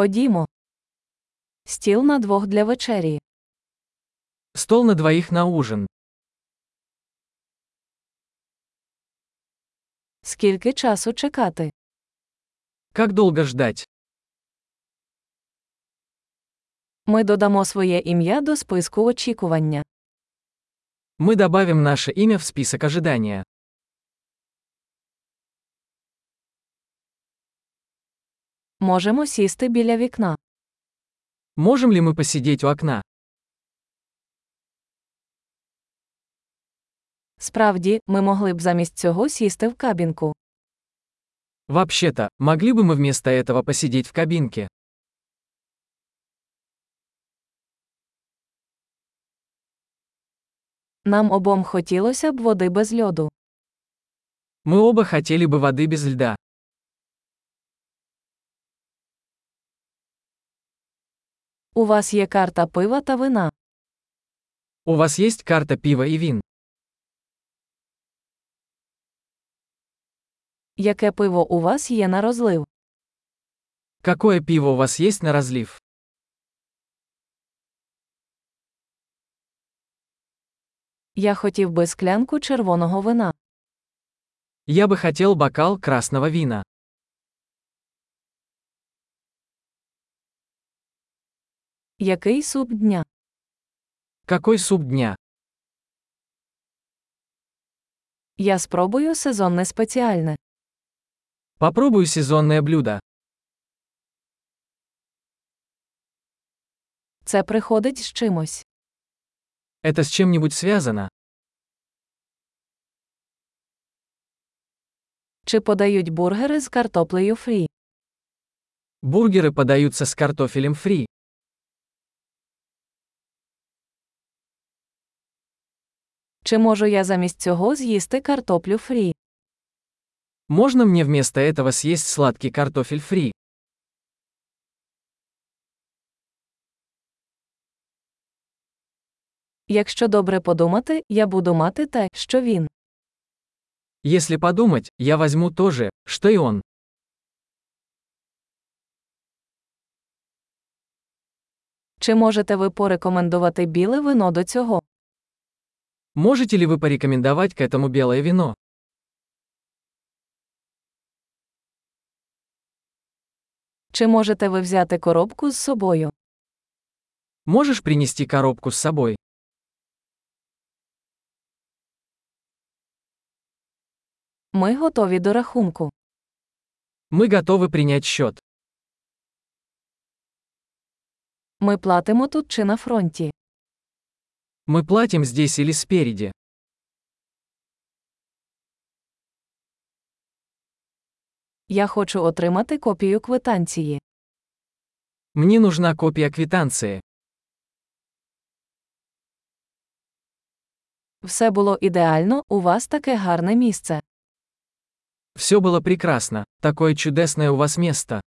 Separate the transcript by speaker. Speaker 1: Ходімо. Стіл на двох для вечері.
Speaker 2: Стол на двоих на ужин.
Speaker 1: Скільки часу чекати?
Speaker 2: Как долго ждать?
Speaker 1: Ми додамо своє ім'я до списку очікування.
Speaker 2: Мы добавим наше имя в список ожидания.
Speaker 1: Можемо сісти біля вікна.
Speaker 2: Можем ли мы посидеть у окна?
Speaker 1: Справді, ми могли б замість цього сісти в кабінку.
Speaker 2: Вообще-то, могли бы мы вместо этого посидеть в кабинке?
Speaker 1: Нам обом хотілося б води без льоду.
Speaker 2: Мы оба хотели бы воды без льда.
Speaker 1: У вас є карта пива та вина.
Speaker 2: У вас есть карта пива и вин?
Speaker 1: Яке пиво у вас є на розлив?
Speaker 2: Какое пиво у вас есть на разлив?
Speaker 1: Я хотів би склянку червоного вина.
Speaker 2: Я бы хотел бокал красного вина.
Speaker 1: Який суп дня?
Speaker 2: Какой суп дня?
Speaker 1: Я спробую сезонне спеціальне.
Speaker 2: Попробую сезонное блюдо.
Speaker 1: Це приходить з чимось.
Speaker 2: Это с чем-нибудь связано?
Speaker 1: Чи подають бургери з картоплею фрі?
Speaker 2: Бургеры подаются с картофелем фри.
Speaker 1: Чи можу я замість цього з'їсти картоплю фрі?
Speaker 2: Можно мне вместо этого съесть сладкий картофель фри?
Speaker 1: Якщо добре подумати, я буду мати те, що він.
Speaker 2: Если подумать, я возьму то же, что и он.
Speaker 1: Чи можете ви порекомендувати біле вино до цього?
Speaker 2: Можете ли вы порекомендовать к этому белое вино?
Speaker 1: Чи можете ви взяти коробку з собою?
Speaker 2: Можешь принести коробку с собой?
Speaker 1: Ми готові до рахунку.
Speaker 2: Мы готовы принять счет.
Speaker 1: Ми платимо тут чи на фронті.
Speaker 2: Мы платим здесь или спереди.
Speaker 1: Я хочу отримати копію квитанції.
Speaker 2: Мне нужна копия квитанции.
Speaker 1: Все було ідеально, у вас таке гарне місце.
Speaker 2: Все было прекрасно, такое чудесное у вас место.